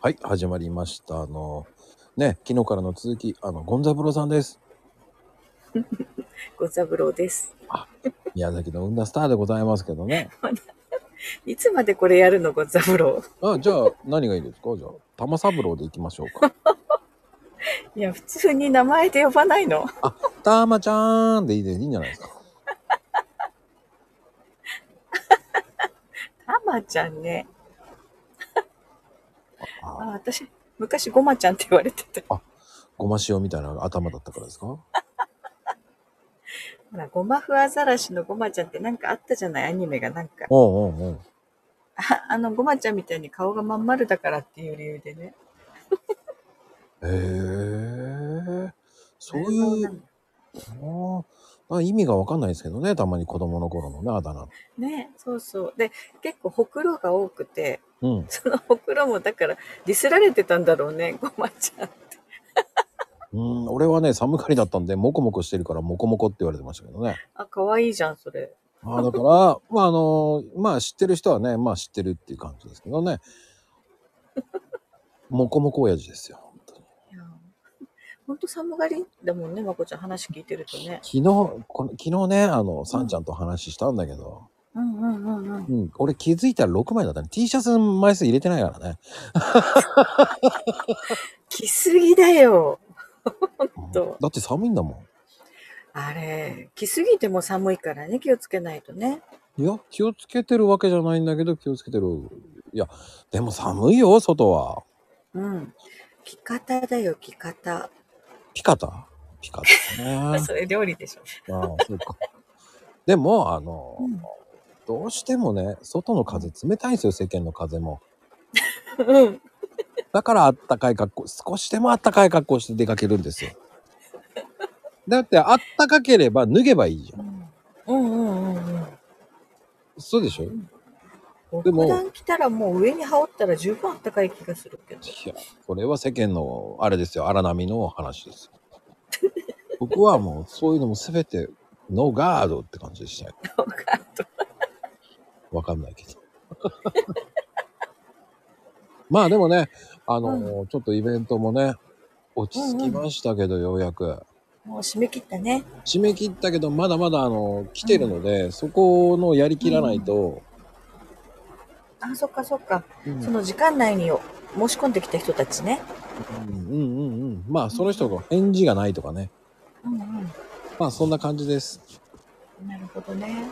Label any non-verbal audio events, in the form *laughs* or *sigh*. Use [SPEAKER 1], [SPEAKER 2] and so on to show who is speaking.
[SPEAKER 1] はい、始まりました。あの、ね、昨日からの続き、あの、ゴンザブロさんです。
[SPEAKER 2] ご三郎です。
[SPEAKER 1] 宮崎の生んだスターでございますけどね。
[SPEAKER 2] いつまでこれやるの、ご三郎。
[SPEAKER 1] あ、じゃあ、何がいいですかじゃあ、玉三郎でいきましょうか。
[SPEAKER 2] いや、普通に名前で呼ばないの。
[SPEAKER 1] 玉ちゃーんでいいでいいんじゃないですか。
[SPEAKER 2] たまちゃんね。あ、
[SPEAKER 1] あ
[SPEAKER 2] 私、昔ごまちゃんって言われてた。
[SPEAKER 1] ごま塩みたいな頭だったからですか
[SPEAKER 2] ほら、ごまふアザラシのごまちゃんってなんかあったじゃない、アニメがなんか。
[SPEAKER 1] おうおうおう。
[SPEAKER 2] ああの、ごまちゃんみたいに顔がまん丸だからっていう理由でね。
[SPEAKER 1] へえ。そう
[SPEAKER 2] そう
[SPEAKER 1] い
[SPEAKER 2] な
[SPEAKER 1] う、
[SPEAKER 2] の
[SPEAKER 1] あーあ意味がわかんないですけどね。たまに子供の頃のね、あだ名。
[SPEAKER 2] ね、そうそう。で、結構ほくろが多くて、
[SPEAKER 1] うん。
[SPEAKER 2] そのほくろもだからディスられてたんだろうね、ごまちゃん。
[SPEAKER 1] うん、俺はね、寒がりだったんで、もこもこしてるから、もこもこって言われてましたけどね。
[SPEAKER 2] あ、可愛いじゃん、それ。
[SPEAKER 1] あーだから、 *laughs* まああの、まあ知ってる人はね、まあ知ってるっていう感じですけどね。 *laughs* もこもこ親父ですよ。本当に
[SPEAKER 2] いやほんと寒がりだもんね、まこちゃん話聞いてるとね。
[SPEAKER 1] 昨日、この昨日ね、あの、さんちゃんと話したんだけど、
[SPEAKER 2] うんうんうんうん。
[SPEAKER 1] うん、俺気づいたら6枚だったね。T シャツ枚数入れてないからね。
[SPEAKER 2] 来すぎだよ。当
[SPEAKER 1] だって寒いんだも
[SPEAKER 2] あれ、来すぎても寒いからね、気をつけないとね。
[SPEAKER 1] ん。いや、気をつけてるわけじゃないんだけど、気をつけてる。いや、でも寒いよ、外は。
[SPEAKER 2] うん。着方だよ、着方。。
[SPEAKER 1] ピカタピカタね
[SPEAKER 2] *laughs* それ料理でしょ。
[SPEAKER 1] ああ、そうか。でも、あの、
[SPEAKER 2] うん
[SPEAKER 1] どうしてもね、外の風冷たいんですよ、世間の風も。
[SPEAKER 2] うん。
[SPEAKER 1] だからあったかい格好、少しでもあったかい格好して出かけるんですよ。だってあったかければ脱げばいいじゃん。
[SPEAKER 2] うんうんうんうん。
[SPEAKER 1] そうでしょいで
[SPEAKER 2] で
[SPEAKER 1] も
[SPEAKER 2] も、段着たらもう上に羽織ったら十分あったかい気がするけど。
[SPEAKER 1] や、これは世間の、あれですよ、荒波の話ですよ。僕はもうそういうのも全てノーガードって感じでしたよ。わかんないけど。 *laughs* まあでもね、あのちょっとイベントもね、落ち着きましたけど、ようやく。
[SPEAKER 2] もう締め切ったね。
[SPEAKER 1] 締め切ったけど、まだまだあの、来てるので、そこのやりきらないと、
[SPEAKER 2] あ、そっかそっか。
[SPEAKER 1] うん
[SPEAKER 2] その時間内に申し込んできた人たちね。
[SPEAKER 1] うんうんうんうん。まあ、その人が返事がないとかね。
[SPEAKER 2] うんう
[SPEAKER 1] まあ、そんな感じです。
[SPEAKER 2] ん。なるほどね。